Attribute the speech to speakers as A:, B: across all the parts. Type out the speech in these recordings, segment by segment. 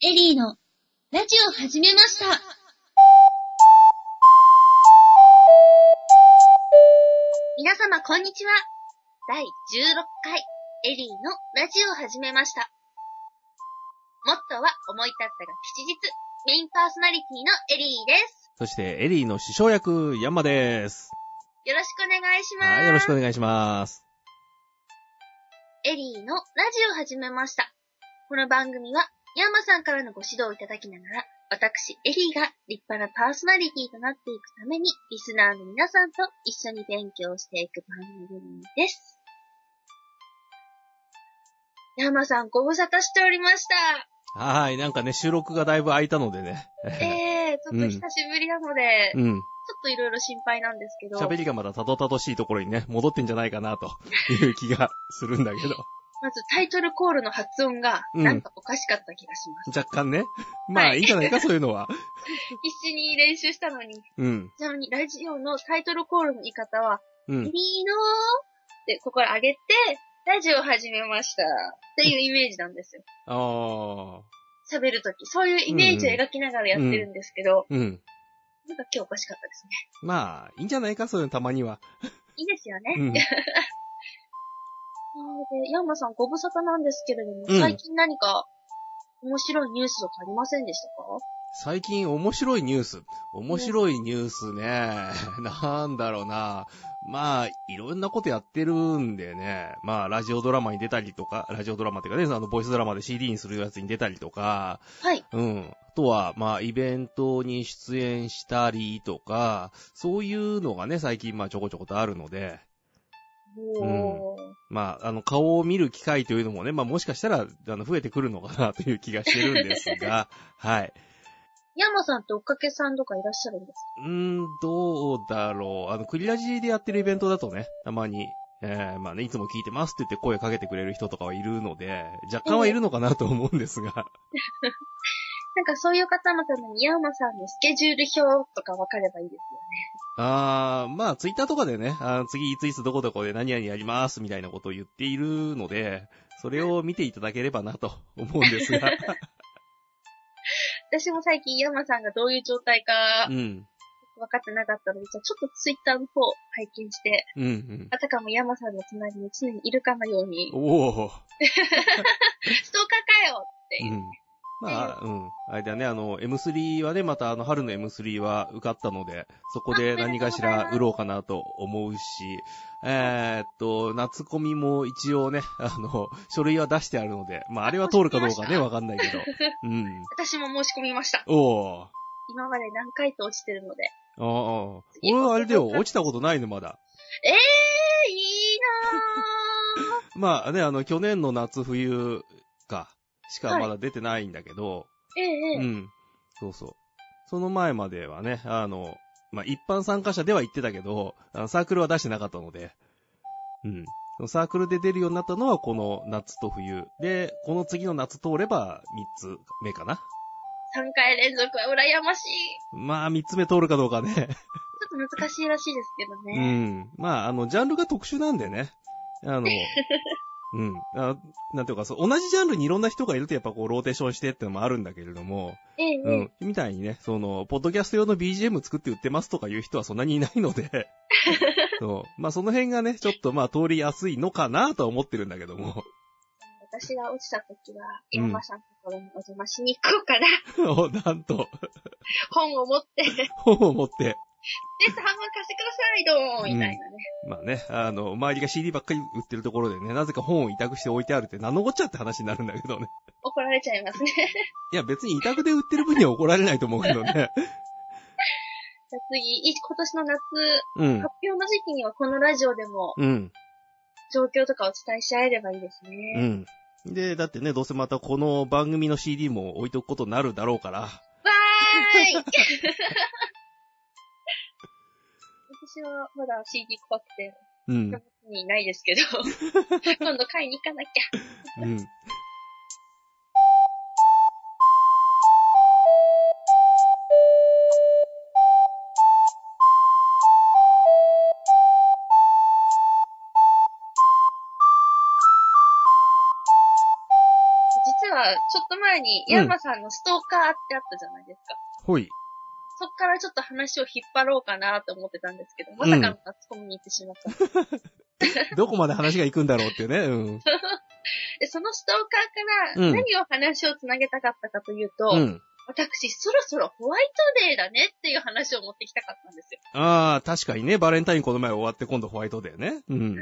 A: エリーのラジオ始めました。皆様こんにちは。第16回エリーのラジオ始めました。モットーは思い立ったが吉日、メインパーソナリティのエリーです。
B: そして、エリーの師匠役、ヤンマです。
A: よろしくお願いします。
B: はい、よろしくお願いします。
A: エリーのラジオを始めました。この番組は、ヤンマさんからのご指導をいただきながら、私、エリーが立派なパーソナリティとなっていくために、リスナーの皆さんと一緒に勉強していく番組です。ヤンマさん、ご無沙汰しておりました。
B: はい、なんかね、収録がだいぶ空いたのでね。
A: えー、ちょっと久しぶりなので、ちょっ
B: うん。
A: といろいろ心配なんですけど、
B: 喋りがまだたどたどしいところにね、戻ってんじゃない かな、という気がするんだけど。
A: まずタイトルコールの発音が、
B: うん
A: なんかおかしかった気がします。
B: 若干ね。まあ、いいんじゃないか、そういうのは。
A: 必死に練習したのに、
B: うん。
A: ちなみにラジオのタイトルコールの言い方は、
B: う
A: エリーのー
B: ん。
A: ってここ上げて、ラジオを始めました。っていうイメージなんですよ。
B: ああ。
A: 喋るとき。そういうイメージを描きながらやってるんですけど、
B: うん。
A: なんか今日おかしかったですね。
B: まあ、いいんじゃないか、そういうのたまには。
A: いいですよね。
B: うん。
A: なので、ヤンマさんご無沙汰なんですけれども、
B: うん
A: 最近何か面白いニュースとかありませんでしたか
B: 最近面白いニュース。面白いニュースね。 なんだろうな。まあ、いろんなことやってるんでね。まあ、ラジオドラマに出たりとか、ラジオドラマっていうかね、あの、ボイスドラマで CD にするやつに出たりとか、
A: はい。
B: うん。あとは、まあ、イベントに出演したりとか、そういうのがね、最近、まあ、ちょこちょことあるので、
A: おー。
B: まあ、あの、顔を見る機会というのもね、まあ、もしかしたら、あの、増えてくるのかなという気がしてるんですが、はい。
A: ヤンマさんって追っかけさんとかいらっしゃるんです
B: うーん、どうだろう。あの、クリラジでやってるイベントだとね、たまに、えー、まあね、いつも聞いてますって言って声かけてくれる人とかはいるので、若干はいるのかなと思うんですが。
A: かなんかそういう方のためにヤンマさんのスケジュール表とかわかればいいですよね。
B: あー、まあ、ツイッターとかでね、あー次いついつどこどこで何々やりますみたいなことを言っているので、それを見ていただければなと思うんですが。
A: 私も最近山さんがどういう状態か
B: うん。
A: 分かってなかったので、じゃあちょっとツイッターの方拝見して、
B: うん、うん。
A: あたかも山さんの隣に常にいるかのように、
B: おー。
A: ストーカーかよって
B: う
A: 言っ
B: ん。まあ、うん。あれだね、あの、M3 はね、またあの、春の M3 は受かったので、そこ
A: あお
B: で
A: めでとう
B: 何
A: ございま
B: か
A: す
B: しら売ろうかなと思うし、えーっと、夏コミも一応ね、あの、書類は出してあるので、まあ、あれは通るかどうかね、
A: あ
B: わかんないけど。 うん。
A: 私も申し込みました。
B: おー。
A: 今まで何回と落ちてるので。
B: ああ。俺はあれだよ、落ちたことないの、まだ。
A: ええー、いい なぁ。
B: まあね、あの、去年の夏冬か、しかまだ出てないんだけど、
A: ええ
B: う
A: ええ
B: ん。そうそう。その前まではね、あの、まあ、一般参加者では行ってたけど、あのサークルは出してなかったので、うん。そのサークルで出るようになったのはこの夏と冬。で、この次の夏通れば3つ目かな。
A: 3回連続は羨ましい。
B: まあ、3つ目通るかどうかね。
A: ちょっと難しいらしいですけど
B: う
A: ね。
B: ん。まあ、あの、ジャンルが特殊なんでね。あの、うん。あなんていうか、そう、同じジャンルにいろんな人がいるとやっぱこう、ローテーションしてってのもあるんだけれども、
A: えええ
B: う
A: え
B: ん。みたいにね、その、ポッドキャスト用の BGM 作って売ってますとかいう人はそんなにいないの で、そう。まあ、その辺がね、ちょっとまあ、通りやすいのかなとは思ってるんだけども。
A: 私が落ちた時は、
B: うん
A: 山さんのところにお邪魔しに行こうかな。
B: おなんと、
A: 本を持って、
B: 本を持って、
A: です、半分貸してください、どうみたいなね。
B: まあね、あの、周りが CD ばっかり売ってるところでね、なぜか本を委託して置いてあるって何のこっちゃって話になるんだけどね。
A: 怒られちゃいますね。じ
B: いや、別に委託で売ってる分には怒られないと思うけど ね。
A: ゃあ次、い今年の夏、
B: うん。
A: 発表の時期にはこのラジオでも
B: うん。
A: 状況とかお伝えし合えればいいですね。
B: うん。で、だってね、どうせまたこの番組の CD も置いとくことになるだろうから。
A: わー い私はまだ CD 怖くて、
B: うん
A: 手。元にないですけど、 今度買いに行かなきゃ。
B: うん。
A: 実はちょっと前に、
B: うん
A: ヤンマさんのストーカーってあったじゃないですか。
B: ほい。
A: そっからちょっと話を引っ張ろうかなと思ってたんですけど、まさかのツッコミに行ってしまった。
B: どこまで話が行くんだろうっていうね。うん。
A: で、そのストーカーから
B: うん
A: 何を話をつなげたかったかというと、
B: うん。
A: 私、そろそろホワイトデーだねっていう話を持ってきたかったんですよ。
B: ああ、確かにね、バレンタインこの前終わって今度ホワイトデーね。うん
A: はい。。もう全く関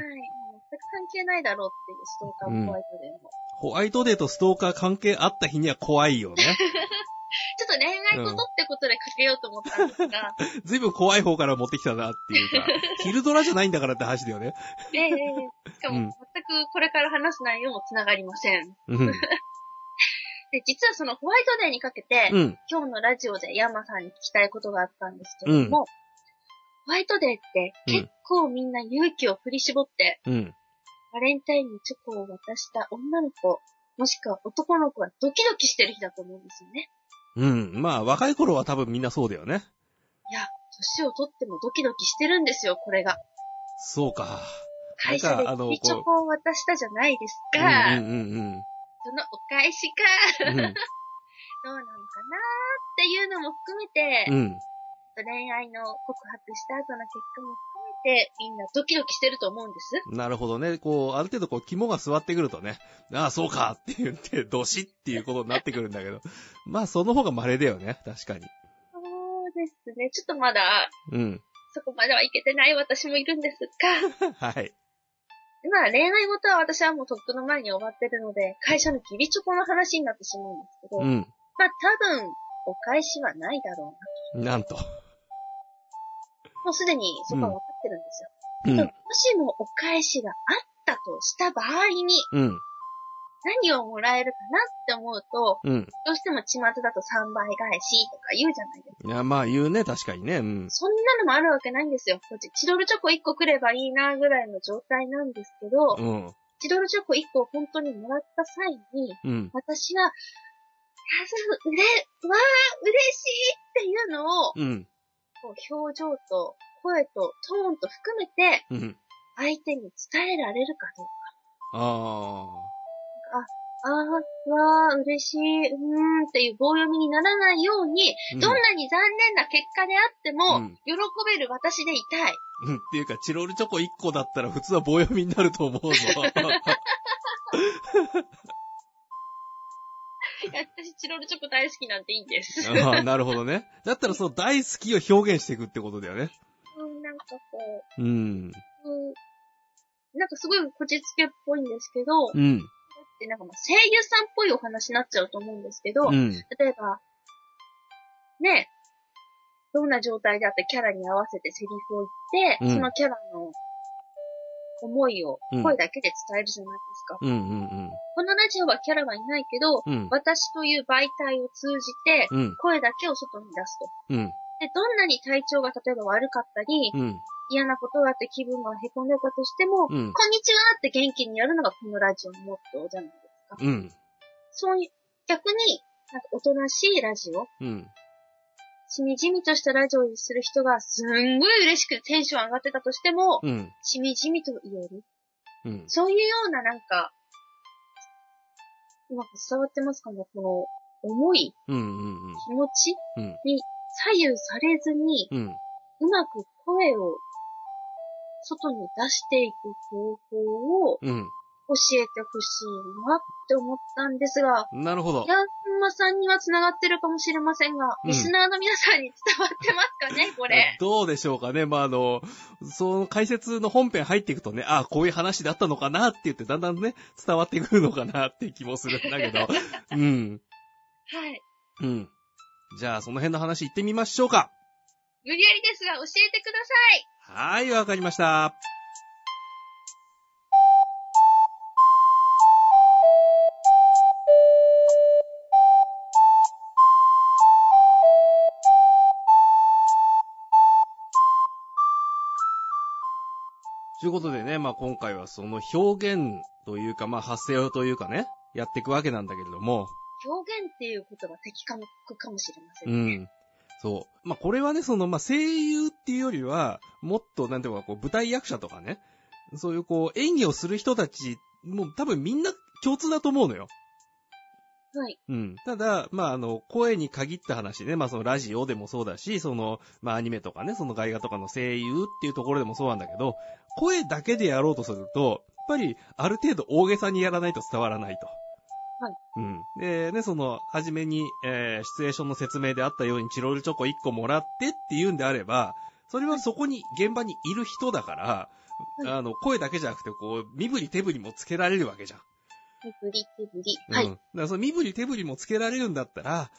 A: 係ないだろうっていう、ストーカーもホワイトデーも。
B: ホワイトデーとストーカー関係あった日には怖いよね。
A: ちょっと恋愛事ってことでかけようと思ったんです が、
B: ずいぶん怖い方から持ってきたなっていうか、昼ドラじゃないんだからって話だよね。
A: ええええしかも
B: うん
A: 全くこれから話す内容も繋がりません。
B: うん。
A: で、実はそのホワイトデーにかけて、
B: うん。
A: 今日のラジオでヤンマさんに聞きたいことがあったんですけれども、ホワイトデーって結構みんな勇気を振り絞って、
B: うん。
A: バレンタインにチョコを渡した女の子、もしくは男の子がドキドキしてる日だと思うんですよね。
B: うん。まあ、若い頃は多分みんなそうだよね。
A: いや、年をとってもドキドキしてるんですよ、これが。
B: そうか。
A: 会社で
B: なんかあの
A: 首チョコを渡したじゃないです
B: う
A: か。
B: んうん
A: そのお返しか、
B: うんうん。
A: どうなのかなーっていうのも含めて、
B: うん。うん。
A: 恋愛の告白した後の結果も含めて、みんなドキドキしてると思うんです。
B: なるほどね。こう、ある程度こう、肝が座ってくるとね、ああ、そうかって言って、どしっていうことになってくるんだけど。まあ、その方が稀だよね。確かに。
A: そうですね。ちょっとまだ、
B: うん。
A: そこまではいけてない私もいるんですが、
B: はい。
A: まあ恋愛事は私はもうとっくの前に終わってるので、会社の義理チョコの話になってしまうんですけど、
B: う
A: まあ
B: ん。
A: 多分、お返しはないだろう
B: なんと。
A: な。もうすでにそこは分かってるんですよ。
B: う
A: でも
B: ん。
A: もしもお返しがあったとした場合に、
B: うん。
A: 何をもらえるかなって思うと、
B: うん。
A: どうしても巷だと3倍返しとか言うじゃないですか。
B: いや、まあ、言うね。確かにね。うん。
A: そんなのもあるわけないんですよ。こっち、チロルチョコ1個くればいいなぐらいの状態なんですけど、
B: うん。
A: チロルチョコ1個を本当にもらった際に、
B: うん。
A: 私は、あそううれ、わあ、嬉しいっていうのを、
B: うん。
A: こう表情と声とトーンと含めて、
B: うん。
A: 相手に伝えられるかどうか。
B: あ
A: ああ、わあ、嬉しい、うーんっていう棒読みにならないように、
B: あ。
A: どんなに残念な結果であっても、
B: うん
A: 喜べる私でいた い。
B: うん。っていうか、チロルチョコ1個だったら普通は棒読みになると思うぞ。
A: いや私、チロルチョコ大好きなんていいんです。うん
B: ああ、なるほどね。だったらその大好きを表現していくってことだよね。
A: なんかこ
B: うん。
A: う、うんなんかすごいこじつけっぽいんですけど、
B: うん。
A: でなんかまあ声優さんっぽいお話になっちゃうと思うんですけど、
B: うん。
A: 例えば、ねえ、どんな状態であってキャラに合わせてセリフを言って、
B: うん
A: そのキャラの思いを
B: うん
A: 声だけで伝えるじゃないですか。
B: うん。うん。
A: このラジオはキャラはいないけど、
B: うん。
A: 私という媒体を通じて、
B: うん。
A: 声だけを外に出すと。
B: うん。
A: で、どんなに体調が例えば悪かったり、
B: うん。
A: 嫌なことがあって気分が凹んでたとしても、こん
B: うん。
A: にちはって元気にやるのがこのラジオのモットーじゃないですか。
B: うん。
A: そういう、逆に、なんかおとなしいラジオ、
B: うん。
A: しみじみとしたラジオにする人がすんごい嬉しくてテンション上がってたとしても、
B: うん。
A: しみじみと言える。
B: うん。
A: そういうようななんか、うまく伝わってますかねこの、思い、
B: うん。うん。
A: 気持ち
B: うん
A: に左右されずに、
B: うん。
A: うまく声を外に出していく方法を
B: うん。
A: 教えてほしいなって思ったんですが、
B: なるほど。
A: ヤンマさんには繋がってるかもしれませんが、
B: うん
A: リスナーの皆さんに伝わってますかね、これ。
B: どうでしょうかね。まあ、あの、その解説の本編入っていくとね、ああ、こういう話だったのかなって言って、だんだんね、伝わってくるのかなって気もするんだ けど。うん。
A: はい。
B: うん。じゃあ、その辺の話行ってみましょうか。
A: 無理やりですが、教えてください。
B: はい、わかりました。ということでね、まあ今回はその表現というか、まあ発声というかね、やっていくわけなんだけれども、
A: 表現っていうことが的確かもしれませ
B: うん
A: ね。
B: ん。そう。まあ、これはね、その、まあ、声優っていうよりは、もっと、なんていうのか、こう、舞台役者とかね、そういう、こう、演技をする人たち、もう多分みんな共通だと思うのよ。
A: はい。
B: うん。ただ、まあ、あの、声に限った話ね、まあ、そのラジオでもそうだし、その、まあ、アニメとかね、その外画とかの声優っていうところでもそうなんだけど、声だけでやろうとすると、やっぱり、ある程度大げさにやらないと伝わらないと。
A: はい。
B: うん。で、ね、その、はじめに、えー、シチュエーションの説明であったように、チロルチョコ1個もらってっていうんであれば、それはそこに、現場にいる人だから、
A: はい
B: あの、声だけじゃなくて、こう、身振り手振りもつけられるわけじゃん。
A: 手振り、手振り。
B: うん
A: は
B: だ
A: い。
B: からその身振り手振りもつけられるんだったら、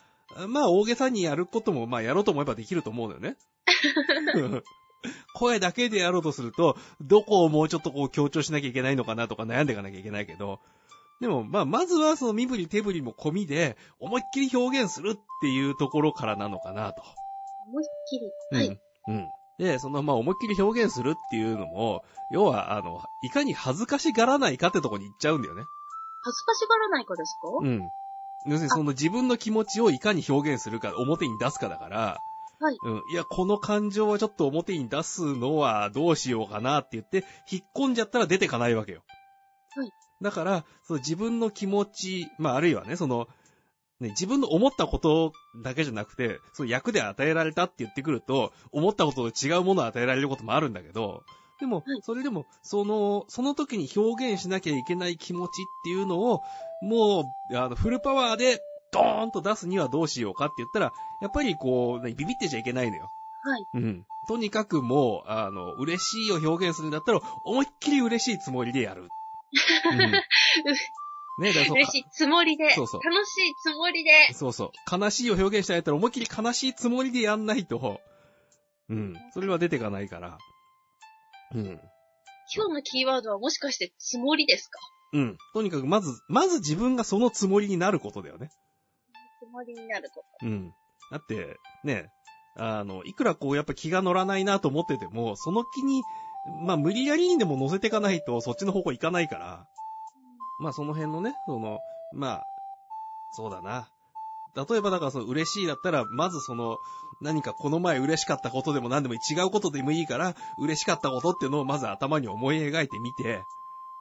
B: まあ大げさにやることも、まあやろうと思えばできると思うんだよ ね。声だけでやろうとすると、どこをもうちょっとこう強調しなきゃいけないのかなとか悩んでいかなきゃいけないけど、でも、まあ、まずはその身振り手振りも込みで、思いっきり表現するっていうところからなのかなと。
A: 思いっきり。はい。
B: うん。うん。で、その、まあ、思いっきり表現するっていうのも、要は、あの、いかに恥ずかしがらないかってとこに行っちゃうんだよね。
A: 恥ずかしがらないかですか
B: うん。要するにその自分の気持ちをいかに表現するか、表に出すかだから、
A: はい。
B: うん。いや、この感情はちょっと表に出すのはどうしようかなって言って、引っ込んじゃったら出てかないわけよ。
A: はい。
B: だから、その自分の気持ち、まあ、あるいはね、その、ね、自分の思ったことだけじゃなくて、その役で与えられたって言ってくると、思ったことと違うものを与えられることもあるんだけど、でも
A: はい、
B: それでも、その、その時に表現しなきゃいけない気持ちっていうのを、もう、あの、フルパワーで、ドーンと出すにはどうしようかって言ったら、やっぱりこう、ねビビってちゃいけないのよ。
A: はい。
B: うん。とにかくもう、あの、嬉しいを表現するんだったら、思いっきり嬉しいつもりで やる。うん、ねだからそう
A: 嬉しいつもりで。
B: そうそう
A: 楽しいつもりで。
B: そうそう。悲しいを表現したいんだったら、思いっきり悲しいつもりでやんないと、うん。それは出てかないから。うん。
A: 今日のキーワードはもしかしてつもりですか
B: うん。とにかく、まず、まず自分がそのつもりになることだよね。
A: つもりになるこ
B: うん。だって、ね、あの、いくらこう、やっぱ気が乗らないなと思ってても、その気に、まあ、無理やりにでも乗せていかないと、そっちの方向行かないから、まあ、その辺のね、その、まあ、そうだな。例えば、だから、その、嬉しいだったら、まずその、何かこの前嬉しかったことでも何でもいい違うことでもいいから、嬉しかったことっていうのをまず頭に思い描いてみて、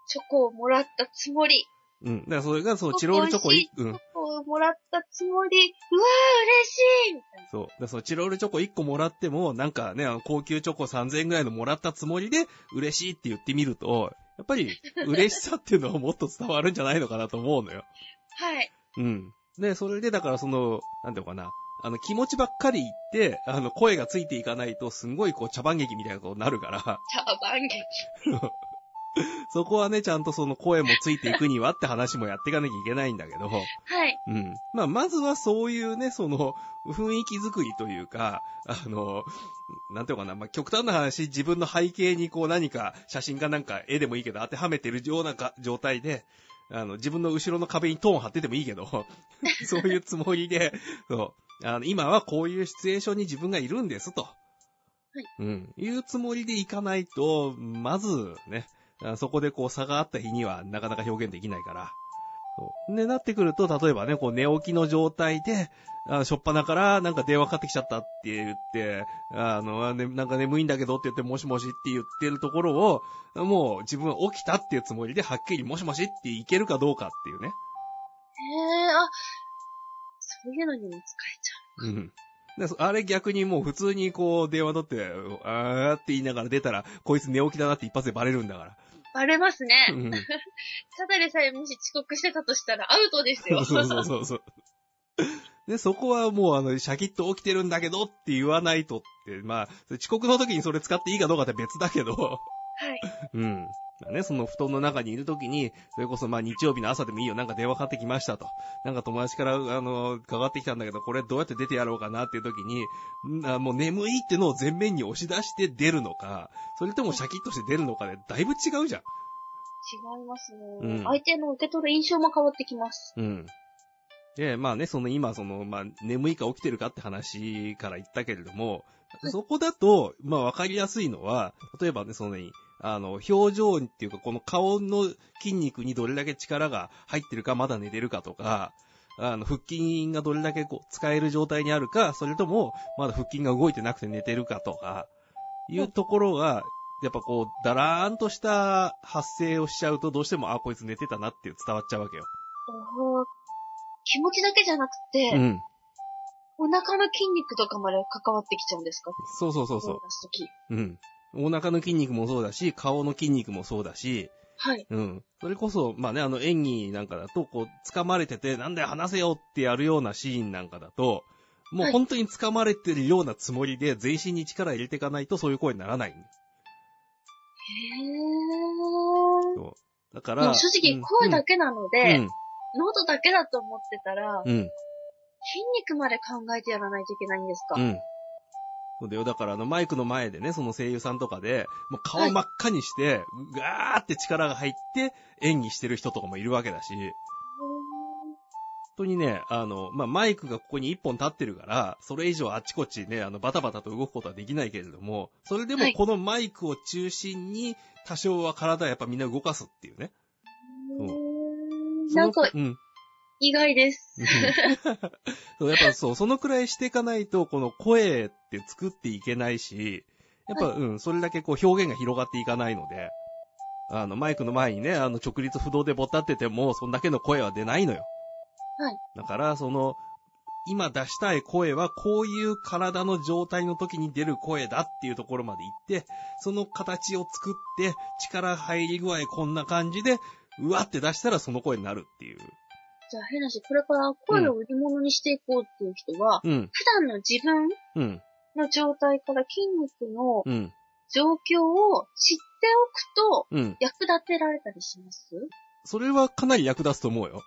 A: チョコをもらったつもり。
B: うん。だから、それが、その、チロルチョコ
A: 美味し
B: 一
A: い、
B: うん
A: チョ。コをもらったつもり。うわー、嬉しいみたいな。
B: そう。だからそのチロルチョコ1個もらっても、なんかね、あの高級チョコ3000円ぐらいのもらったつもりで、嬉しいって言ってみると、やっぱり、嬉しさっていうのはもっと伝わるんじゃないのかなと思うのよ。
A: はい。
B: うん。で、それでだからその、なんていうのかな。あの、気持ちばっかり言って、あの、声がついていかないと、すんごいこう、茶番劇みたいなことになるから、
A: 茶番劇。
B: そこはね、ちゃんとその声もついていくにはって話もやっていかなきゃいけないんだけど、
A: はい。
B: うん。まあ、まずはそういうね、その、雰囲気作りというか、あの、なんていうのかな、まあ、極端な話、自分の背景にこう何か写真かなんか絵でもいいけど当てはめてるようなか状態で、あの、自分の後ろの壁にトーン貼っててもいいけど、 そういうつもりで、そう、あの、今はこういうシチュエーションに自分がいるんですと。
A: い
B: うん。いうつもりでいかないと、まずね、あそこでこう差があった日にはなかなか表現できないから。そう。で、なってくると、例えばね、こう寝起きの状態で、あしょっぱなからなんか電話かかってきちゃったって言って、あの、あね、なんか眠いんだけどって言って、もしもしって言ってるところを、もう自分は起きたっていうつもりで、はっきりもしもしっていけるかどうかっていうね。
A: へー、あ、そういうのにも使えちゃ
B: うん。でそあれ逆にもう普通にこう電話取って、あーって言いながら出たら、こいつ寝起きだなって一発でバレるんだから。
A: う。バレますね。
B: うん
A: ただでさえもし遅刻してたとしたらアウトですよ。
B: そうそうそうそう。で、そこはもうあの、シャキッと起きてるんだけどって言わないとって、まあ、遅刻の時にそれ使っていいかどうかって別だけど、
A: はい。
B: うん。まあね、その布団の中にいる時に、それこそまあ日曜日の朝でもいいよ、なんか電話かかってきましたと。なんか友達から、あの、かかってきたんだけど、これどうやって出てやろうかなっていう時に、んあもう眠いってのを前面に押し出して出るのか、それともシャキッとして出るのかで、だいぶ違うじゃん。
A: 違いますね、
B: うん
A: 相手の受け取る印象も変わってきます。
B: うん。で、まあね、その今、その、まあ、眠いか起きてるかって話から言ったけれども、そこだと、まあ、わかりやすいのは、例えばね、そのね、あの、表情っていうか、この顔の筋肉にどれだけ力が入ってるか、まだ寝てるかとか、あの、腹筋がどれだけこう、使える状態にあるか、それとも、まだ腹筋が動いてなくて寝てるかとか、いうところが、やっぱこう、だらーんとした発声をしちゃうと、どうしても、あ、こいつ寝てたなって伝わっちゃうわけよ。
A: おー気持ちだけじゃなく
B: う
A: て、
B: ん。
A: お腹の筋肉とかまで関わってきちゃうんですか
B: そうそうそうそ
A: 声出すとき。
B: う。うん。お腹の筋肉もそうだし、顔の筋肉もそうだし、
A: はい。
B: うん。それこそ、まあね、あの演技なんかだと、こう、掴まれてて、なんだよ、話せよってやるようなシーンなんかだと、も
A: は
B: う
A: い
B: 本当に掴まれてるようなつもりで、全身に力入れていかないとそういう声にならない。
A: へー。
B: だか
A: でも
B: ら。
A: 正直、声だ
B: け
A: けなので、喉だけだと思ってたら、
B: うん。うん。
A: 筋肉まで考えてやらないといけないんですか、
B: うん。そうだよ。だから、あの、マイクの前でね、その声優さんとかで、もう顔真っ赤にして、ガーって力が入って演技してる人とかもいるわけだし、本当にね、あの、まあ、マイクがここに一本立ってるから、それ以上あちこちね、あの、バタバタと動くことはできないけれども、それでも
A: はい
B: このマイクを中心に、多少は体やっぱみんな動かすっていうね。
A: うー
B: そ
A: ん
B: その
A: なんか、
B: うん。
A: 意外です。
B: そう、やっぱそう、そのくらいしていかないと、この声って作っていけないし、やっぱ、うん、それだけこう表現が広がっていかないので、あの、マイクの前にね、あの、直立不動でぼったってても、そんだけの声は出ないのよ。
A: はい。
B: だから、その、今出したい声は、こういう体の状態の時に出る声だっていうところまで行って、その形を作って、力入り具合こんな感じで、うわって出したらその声になるっていう。
A: じゃあ変なし、これから声を売り物にしていこうっていう人は、
B: うん、
A: 普段の自分
B: うん、
A: の状態から筋肉の
B: うん、
A: 状況を知っておくと、
B: うん。
A: 役立てられたりします
B: それはかなり役立つと思うよ。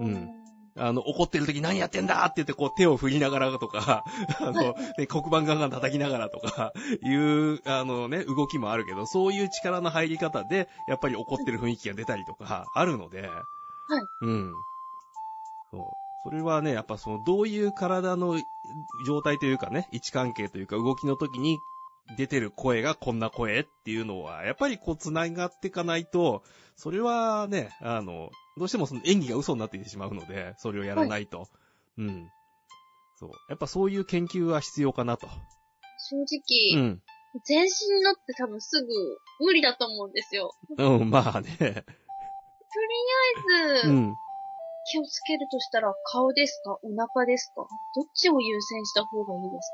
A: う
B: うんあの、怒ってる時何やってんだって言ってこう手を振りながらとか、 あの、ね、黒板ガンガン叩きながらとか、いう、あのね、動きもあるけど、そういう力の入り方で、やっぱり怒ってる雰囲気が出たりとか、あるので、はい。うん。そう。それはね、やっぱその、どういう体の状態というかね、位置関係というか、動きの時に出てる声がこんな声っていうのは、やっぱりこう、繋がっていかないと、それはね、あの、どうしてもその演技が嘘になっていってしまうので、それをやらないと。うん。そう。やっぱそういう研究は必要かなと。
A: 正
B: う
A: 直、
B: ん。
A: 全身のって多分すぐ無理だと思うんですよ。
B: うん、まあね。
A: まず、
B: うん。
A: 気をつけるとしたら顔ですかお腹ですかどっちを優先した方がいいです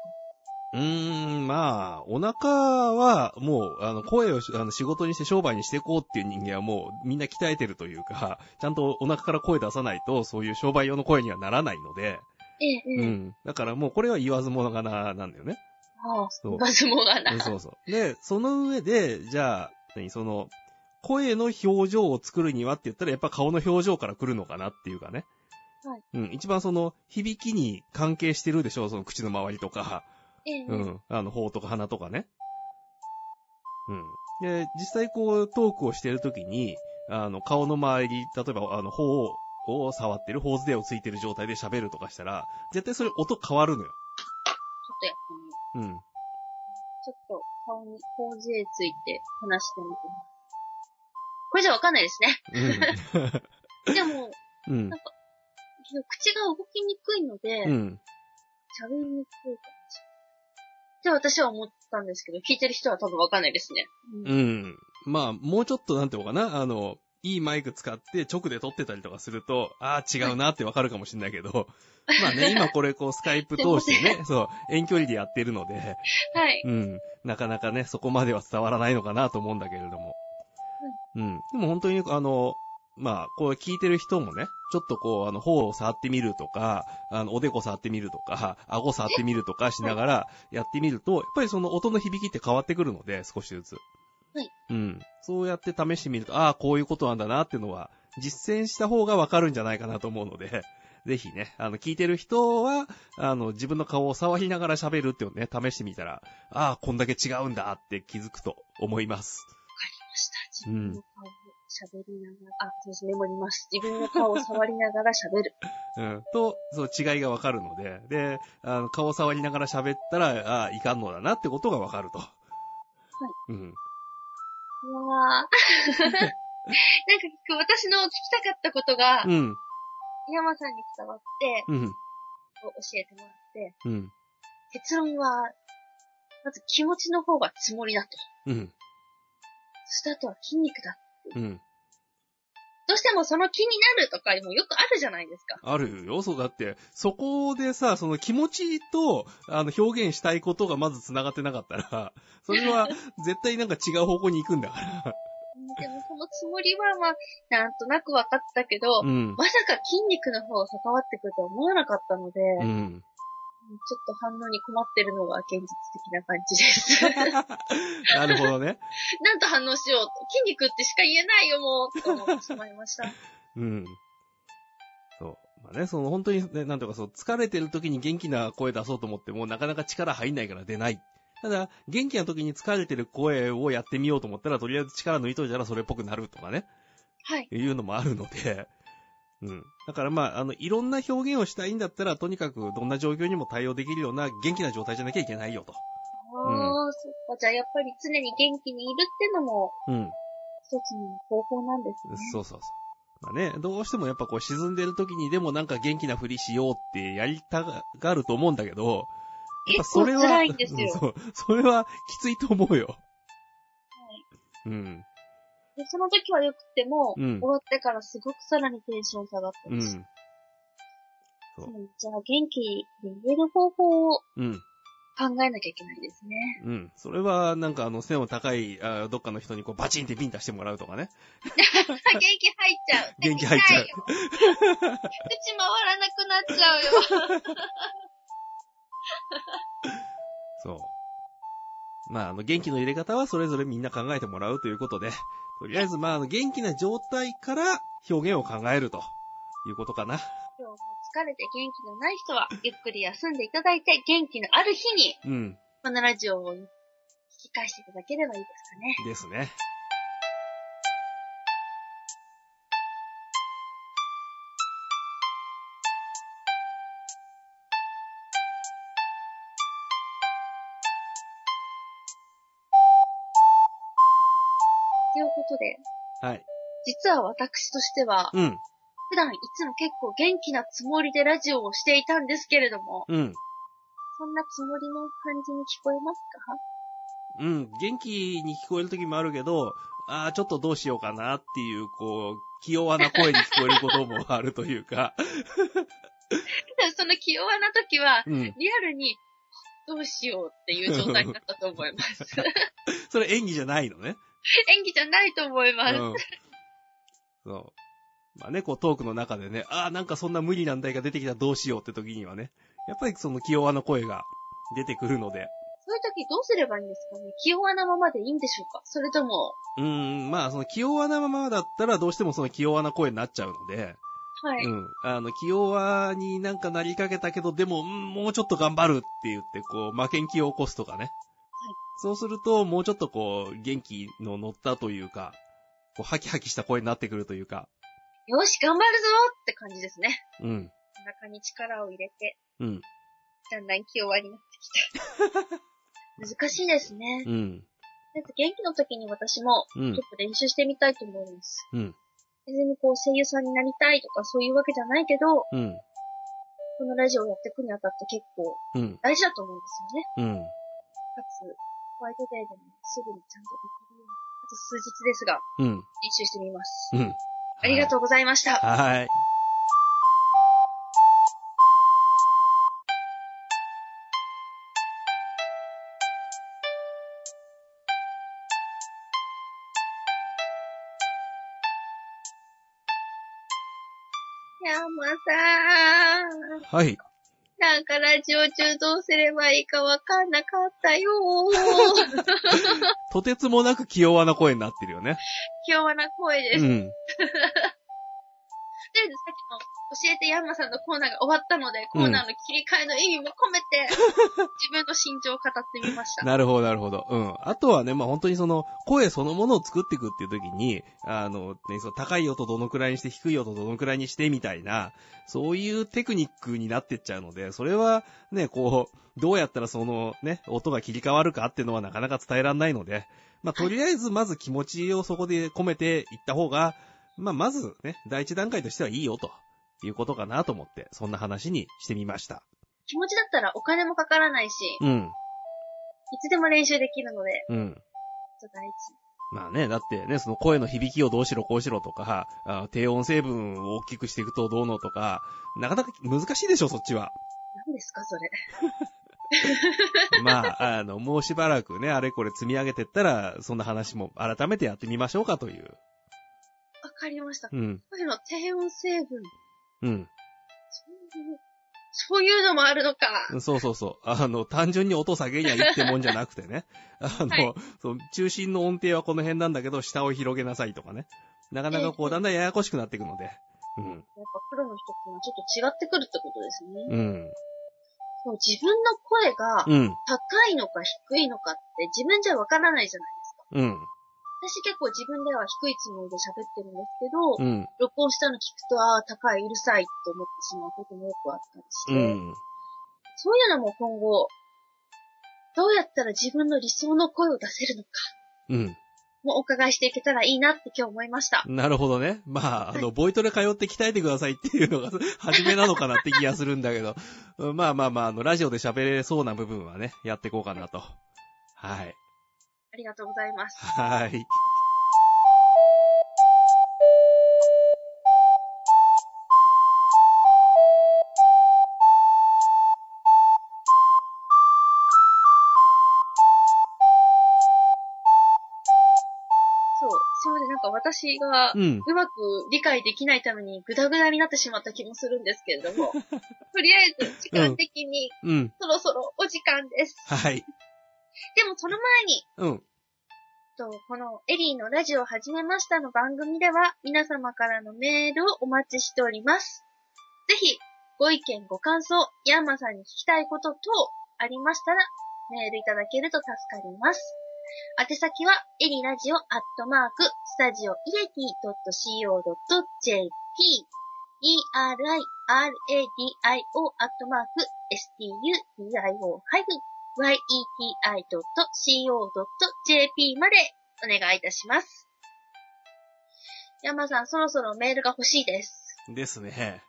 B: うーん、まあ、お腹は、もう、あの、声をしあの仕事にして商売にしていこうっていう人間はもう、みんな鍛えてるというか、ちゃんとお腹から声出さないと、そういう商売用の声にはならないので、
A: かええ、
B: う
A: ええ。
B: ん。だからもう、これは言わずもがな、なんだよね。
A: ああ
B: そう、
A: バズモが
B: うん
A: な。
B: そうそう。で、その上で、じゃあ、何、その、声の表情を作るにはって言ったら、やっぱ顔の表情から来るのかなっていうかね。
A: はい。
B: うん、一番その、響きに関係してるでしょ、その口の周りとか、
A: ええ、ええ
B: う。ん、あの、頬とか鼻とかね。うん。で、実際こう、トークをしてるときに、あの、顔の周り、例えば、あの、頬を触ってる、頬杖をついてる状態で喋るとかしたら、絶対それ音変わるのよ。
A: ちょっとやってみよう。ち
B: うん。
A: ょっと顔に頬杖ついて話してみてみます。これじゃわかんないです ね。でも、
B: うん。
A: 口が動きにくいので、
B: うん。うん。
A: 喋りにくいかもしれない。って私は思ったんですけど、聞いてる人は多分わかんないですね。うん
B: うん。まあ、もうちょっとなんていうのかな、あの、いいマイク使って直で撮ってたりとかすると、ああ、違うなってわかるかもしれないけど、まあね、今これこうスカイプ通してね、そう、遠距離でやってるので、
A: はい。
B: うん、なかなかね、そこまでは伝わらないのかなと思うんだけれども。うん。でも本当に、あの、まあ、こう聞いてる人もね、ちょっとこう、あの、頬を触ってみるとか、あの、おでこ触ってみるとか、顎触ってみるとかしながらやってみると、やっぱりその音の響きって変わってくるので、少しずつ。
A: はい。
B: うん。そうやって試してみると、ああ、こういうことなんだなっていうのは、実践した方がわかるんじゃないかなと思うので、ぜひね、あの、聞いてる人は、あの、自分の顔を触りながら喋るっていうのをね、試してみたら、ああ、こんだけ違うんだって気づくと思います。
A: ました。自分の顔を喋りながら、あ、そうです、メモります。自分の顔を触りながら喋る。。
B: うん。と、その違いがわかるので、で、あの、顔触りながら喋ったら、ああ、いかんのだなってことがわかると。はいうん。
A: うわー。なんか 私の聞きたかったことが、
B: うん。
A: 山さんに伝わって、
B: うん。
A: 教えてもらって、
B: うん。
A: 結論は、まず気持ちの方がつもりだと。
B: うん。
A: そしてあとは筋肉だ。
B: うん。
A: どうしてもその気になるとかもよくあるじゃないですか。
B: あるよ。そうだって、そこでさ、その気持ちと、あの、表現したいことがまず繋がってなかったら、それは絶対なんか違う方向に行くんだ から。
A: でもそのつもりはまあ、なんとなく分かったけど、
B: うん。
A: まさか筋肉の方が関わってくるとは思わなかったので、
B: う
A: ちょっ
B: ん。
A: と反応に困ってるのが現実的な感じ です。
B: なるほどね。
A: なんと反応しようと。筋肉ってしか言えないよ、もう。と思ってしまいました。
B: うん。そう。まあね、その本当に、ね、なんとかそう、疲れてる時に元気な声出そうと思っても、なかなか力入んないから出ない。ただ、元気な時に疲れてる声をやってみようと思ったら、とりあえず力抜いといたらそれっぽくなるとかね、
A: はい。
B: いうのもあるので、うん。だからまあ、あの、いろんな表現をしたいんだったら、とにかくどんな状況にも対応できるような元気な状態じゃなきゃいけないよと。
A: ああ、そっか。じゃあやっぱり常に元気にいるってのも
B: うん。
A: 一つの方法なんですね。
B: そうそうそう。まあね、どうしてもやっぱこう沈んでる時にでもなんか元気なふりしようってやりたがると思うんだけど、やっぱ
A: 結
B: そ
A: 構
B: れは、
A: 辛いんですよ。
B: そう、それはきついと思うよ。うん。
A: でその時は良くても、
B: うん
A: 終わってからすごくさらにテンション下がった
B: う
A: りして、
B: ん。
A: う
B: そうん
A: じゃあ元気に言える方法を
B: うん。
A: 考えなきゃいけないです ね。
B: うん。それは、なんかあの、背の高い、あーどっかの人にこう、バチンってビンタしてもらうとかね。
A: 元気入っちゃう。
B: 元気入っちゃう
A: 痛いよ。口回らなくなっちゃう よ。
B: そう。まあ、あの、元気の入れ方はそれぞれみんな考えてもらうということで、とりあえず、まあ、あの、元気な状態から表現を考えるということかな。
A: 今日も疲れて元気のない人は、ゆっくり休んでいただいて、元気のある日に、
B: うん。
A: このラジオを聞き返していただければいいですかね。
B: ですね。
A: ということで、
B: はい。
A: 実は私としては、
B: うん。
A: 普段いつも結構元気なつもりでラジオをしていたんですけれども、
B: うん。
A: そんなつもりの感じに聞こえますか
B: うん、元気に聞こえる時もあるけど、ああ、ちょっとどうしようかなっていう、こう、気弱な声に聞こえることもあるというか、
A: その気弱な時は、
B: うん。
A: リアルに、どうしようっていう状態になったと思い ます。
B: それ演技じゃないのね。
A: 演技じゃないと思います。
B: うん。そう。まあね、こうトークの中でね、ああ、なんかそんな無理難題が出てきたらどうしようって時にはね、やっぱりその気弱な声が出てくるので、
A: そういう時どうすればいいんですかね気弱なままでいいんでしょうかそれとも、
B: うーん、まあその気弱なままだったらどうしてもその気弱な声になっちゃうので、
A: はい。
B: うん。あの、気弱になんかなりかけたけど、でも、うんもうちょっと頑張るって言って、こう、負けん気を起こすとかね。そうすると、もうちょっとこう、元気の乗ったというか、こう、ハキハキした声になってくるというか。
A: よし、頑張るぞって感じですね。
B: うん。
A: お腹に力を入れて、
B: うん。
A: だんだん気弱になってき た。難しいですね。と
B: うん。
A: りあえず元気の時に私も、ち
B: う
A: ょっ
B: ん。
A: と練習してみたいと思います。
B: うん。
A: 別にこう声優さんになりたいとかそういうわけじゃないけど、
B: うん。
A: このラジオをやっていくにあたって結構
B: うん。
A: 大事だと思うんですよね。
B: うん。
A: かつ、ホワイトデーでもすぐにちゃんとできるように。あと数日ですが、
B: うん。
A: 練習してみます。
B: うん。
A: ありがとうございました。
B: はい。
A: 山さん。
B: はい。
A: なんかラジオ中どうすればいいかわかんなかったよー。
B: とてつもなく気弱な声になってるよね。
A: 今日はな声です。と
B: う
A: りあ
B: ん。
A: えずさっきの教えてヤンマさんのコーナーが終わったので、コーナーの切り替えの意味も込め て、自分の心情を語ってみました。
B: なるほど、なるほど。うん。あとはね、まあ、本当にその、声そのものを作っていくっていう時に、あの、ね、その高い音どのくらいにして、低い音どのくらいにしてみたいな、そういうテクニックになってっちゃうので、それは、ね、こう、どうやったらその、ね、音が切り替わるかっていうのはなかなか伝えらんないので、まあ、とりあえずまず気持ちをそこで込めていった方が、まあ、まずね、第一段階としてはいいよと。いうことかなと思って、そんな話にしてみました。
A: 気持ちだったらお金もかからないし、
B: うん、
A: いつでも練習できるので、
B: うん。
A: ちょっと第一
B: まあね、だってね、その声の響きをどうしろこうしろとか、あ低音成分を大きくしていくとどうのとか、なかなか難しいでしょ、そっち は。
A: 何ですか、それ。
B: まあ、あの、もうしばらくね、あれこれ積み上げてったら、そんな話も改めてやってみましょうかという。
A: わかりました。
B: うん、
A: 声の低音成分。
B: うん。
A: そういうそういうのもあるのか。
B: そうそうそう。あの、単純に音下げりゃいいってもんじゃなくてね。 あの、
A: はい
B: その中心の音程はこの辺なんだけど、下を広げなさいとかね。なかなか
A: え
B: こう、
A: え
B: だんだんややこしくなっていくので。うん。
A: やっぱプロの人ってのはちょっと違ってくるってことですね。
B: うん。
A: でも自分の声が
B: うん。
A: 高いのか低いのかって自分じゃわからないじゃないですか。
B: うん。
A: 私結構自分では低いつもりで喋ってるんですけど、
B: うん。
A: 録音したの聞くと、ああ、高い、うるさいって思ってしまうこともよくあったりして、
B: うん。
A: そういうのも今後、どうやったら自分の理想の声を出せるのか、
B: うん。
A: もうお伺いしていけたらいいなって今日思いました。
B: なるほどね。まあ、あの、ボイトレ通って鍛えてくださいっていうのが、 初めなのかなって気がするんだけど。うんまあまあまあ、あの、ラジオで喋れそうな部分はね、やっていこうかなと。はい。
A: ありがとうございます。
B: はい。
A: そう、すいません、なんか私が、
B: うん。
A: うまく理解できないためにグダグダになってしまった気もするんですけれど も、とりあえず時間的に
B: うん。
A: そろそろお時間です。
B: はい。
A: でもその前に、
B: うん。
A: と、このエリーのラジオを始めましたの番組では皆様からのメールをお待ちしております。ぜひ、ご意見、ご感想、ヤンマさんに聞きたいこと等ありましたら、メールいただけると助かります。宛先は、エリラジオアットマーク、スタジオイエティ .co.jp、eriradio アットマーク、studio-yeti.co.jp までお願いいたします。ヤンマさん、そろそろメールが欲しいです。
B: ですね。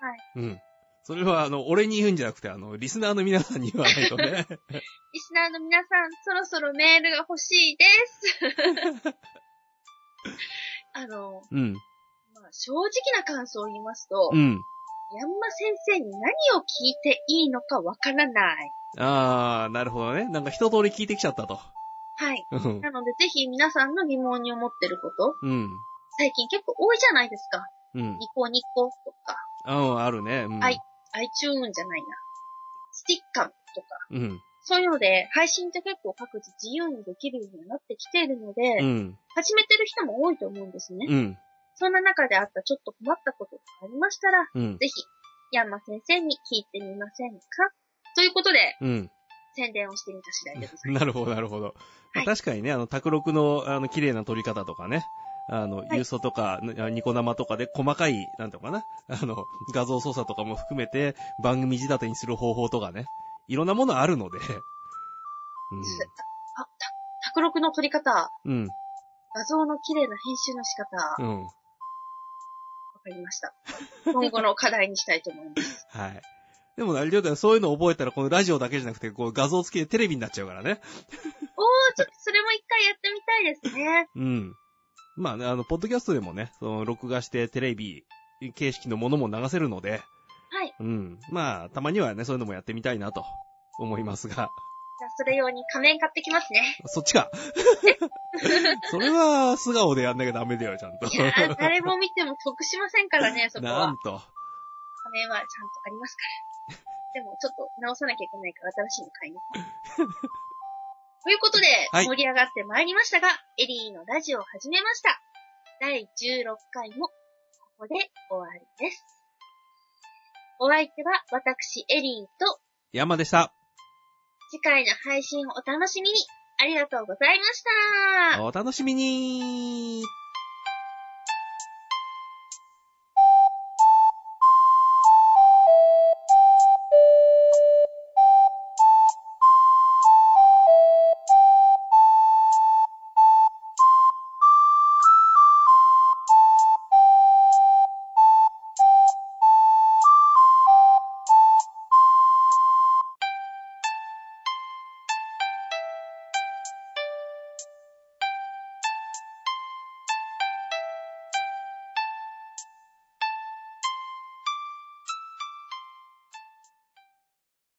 A: はい。
B: うん。それは、あの、俺に言うんじゃなくて、あの、リスナーの皆さんに言わない とね。
A: リスナーの皆さん、そろそろメールが欲しいです。 あの、
B: うん。
A: まあ、正直な感想を言いますと、
B: うん。
A: ヤンマ先生に何を聞いていいのかわからない。
B: あー、なるほどね。なんか一通り聞いてきちゃったと。
A: はい。
B: うん。
A: なので、ぜひ皆さんの疑問に思ってること、
B: うん。
A: 最近結構多いじゃないですか。
B: うん。
A: ニコニコとか、
B: うん、あるね。うん。
A: はい。iTune じゃないな。スティッカーとか、
B: うん。
A: そういうので、配信って結構各自自由にできるようになってきているので、
B: うん。
A: 始めてる人も多いと思うんですね。
B: うん。
A: そんな中であったちょっと困ったことがありましたら、
B: うん。
A: ぜひ、ヤンマ先生に聞いてみませんかということで、
B: うん。
A: 宣伝をしてみた次第でございま
B: なるほど、なるほど。
A: は
B: まあ
A: い
B: 確かにね、あの、卓録の、あの、綺麗な撮り方とかね。あの、
A: い
B: 郵送とか、あニコ生とかで細かい、なんていうのかな。あの、画像操作とかも含めて、番組仕立てにする方法とかね。いろんなものあ るので。
A: す。あ、た、卓録の撮り方、
B: うん。うん。
A: 画像の綺麗な編集の仕方、わ
B: うん。
A: かりました。今後の課題にしたいと思い ます。
B: はい。でも、あれだよ、そういうの覚えたら、このラジオだけじゃなくて、こう、画像付きでテレビになっちゃうからね。
A: おー、ちょっとそれも一回やってみたいですね。
B: うん。まあね、あの、ポッドキャストでもね、その、録画してテレビ形式のものも流せるので、
A: はい。じ
B: うん。まあ、たまにはね、そういうのもやってみたいなと思います が、
A: ゃあ、それ用に仮面買ってきます ね。
B: そっ ちか。それは素顔でやんなきゃダメだよ、ちゃん
A: いやー、
B: と。
A: 誰も見ても得しませんから ね、そこは。
B: なんと。
A: 仮面はちゃんとありますから。でも、ちょっと直さなきゃいけないから新しいの買いに行こ う。ということで、
B: はい
A: 盛り上がってまいりましたが、エリーのラジオを始めました。第16回も、ここで終わりです。お相手は、私、エリーと、
B: 山でした。
A: 次回の配信をお楽しみに、ありがとうございました。
B: お楽しみに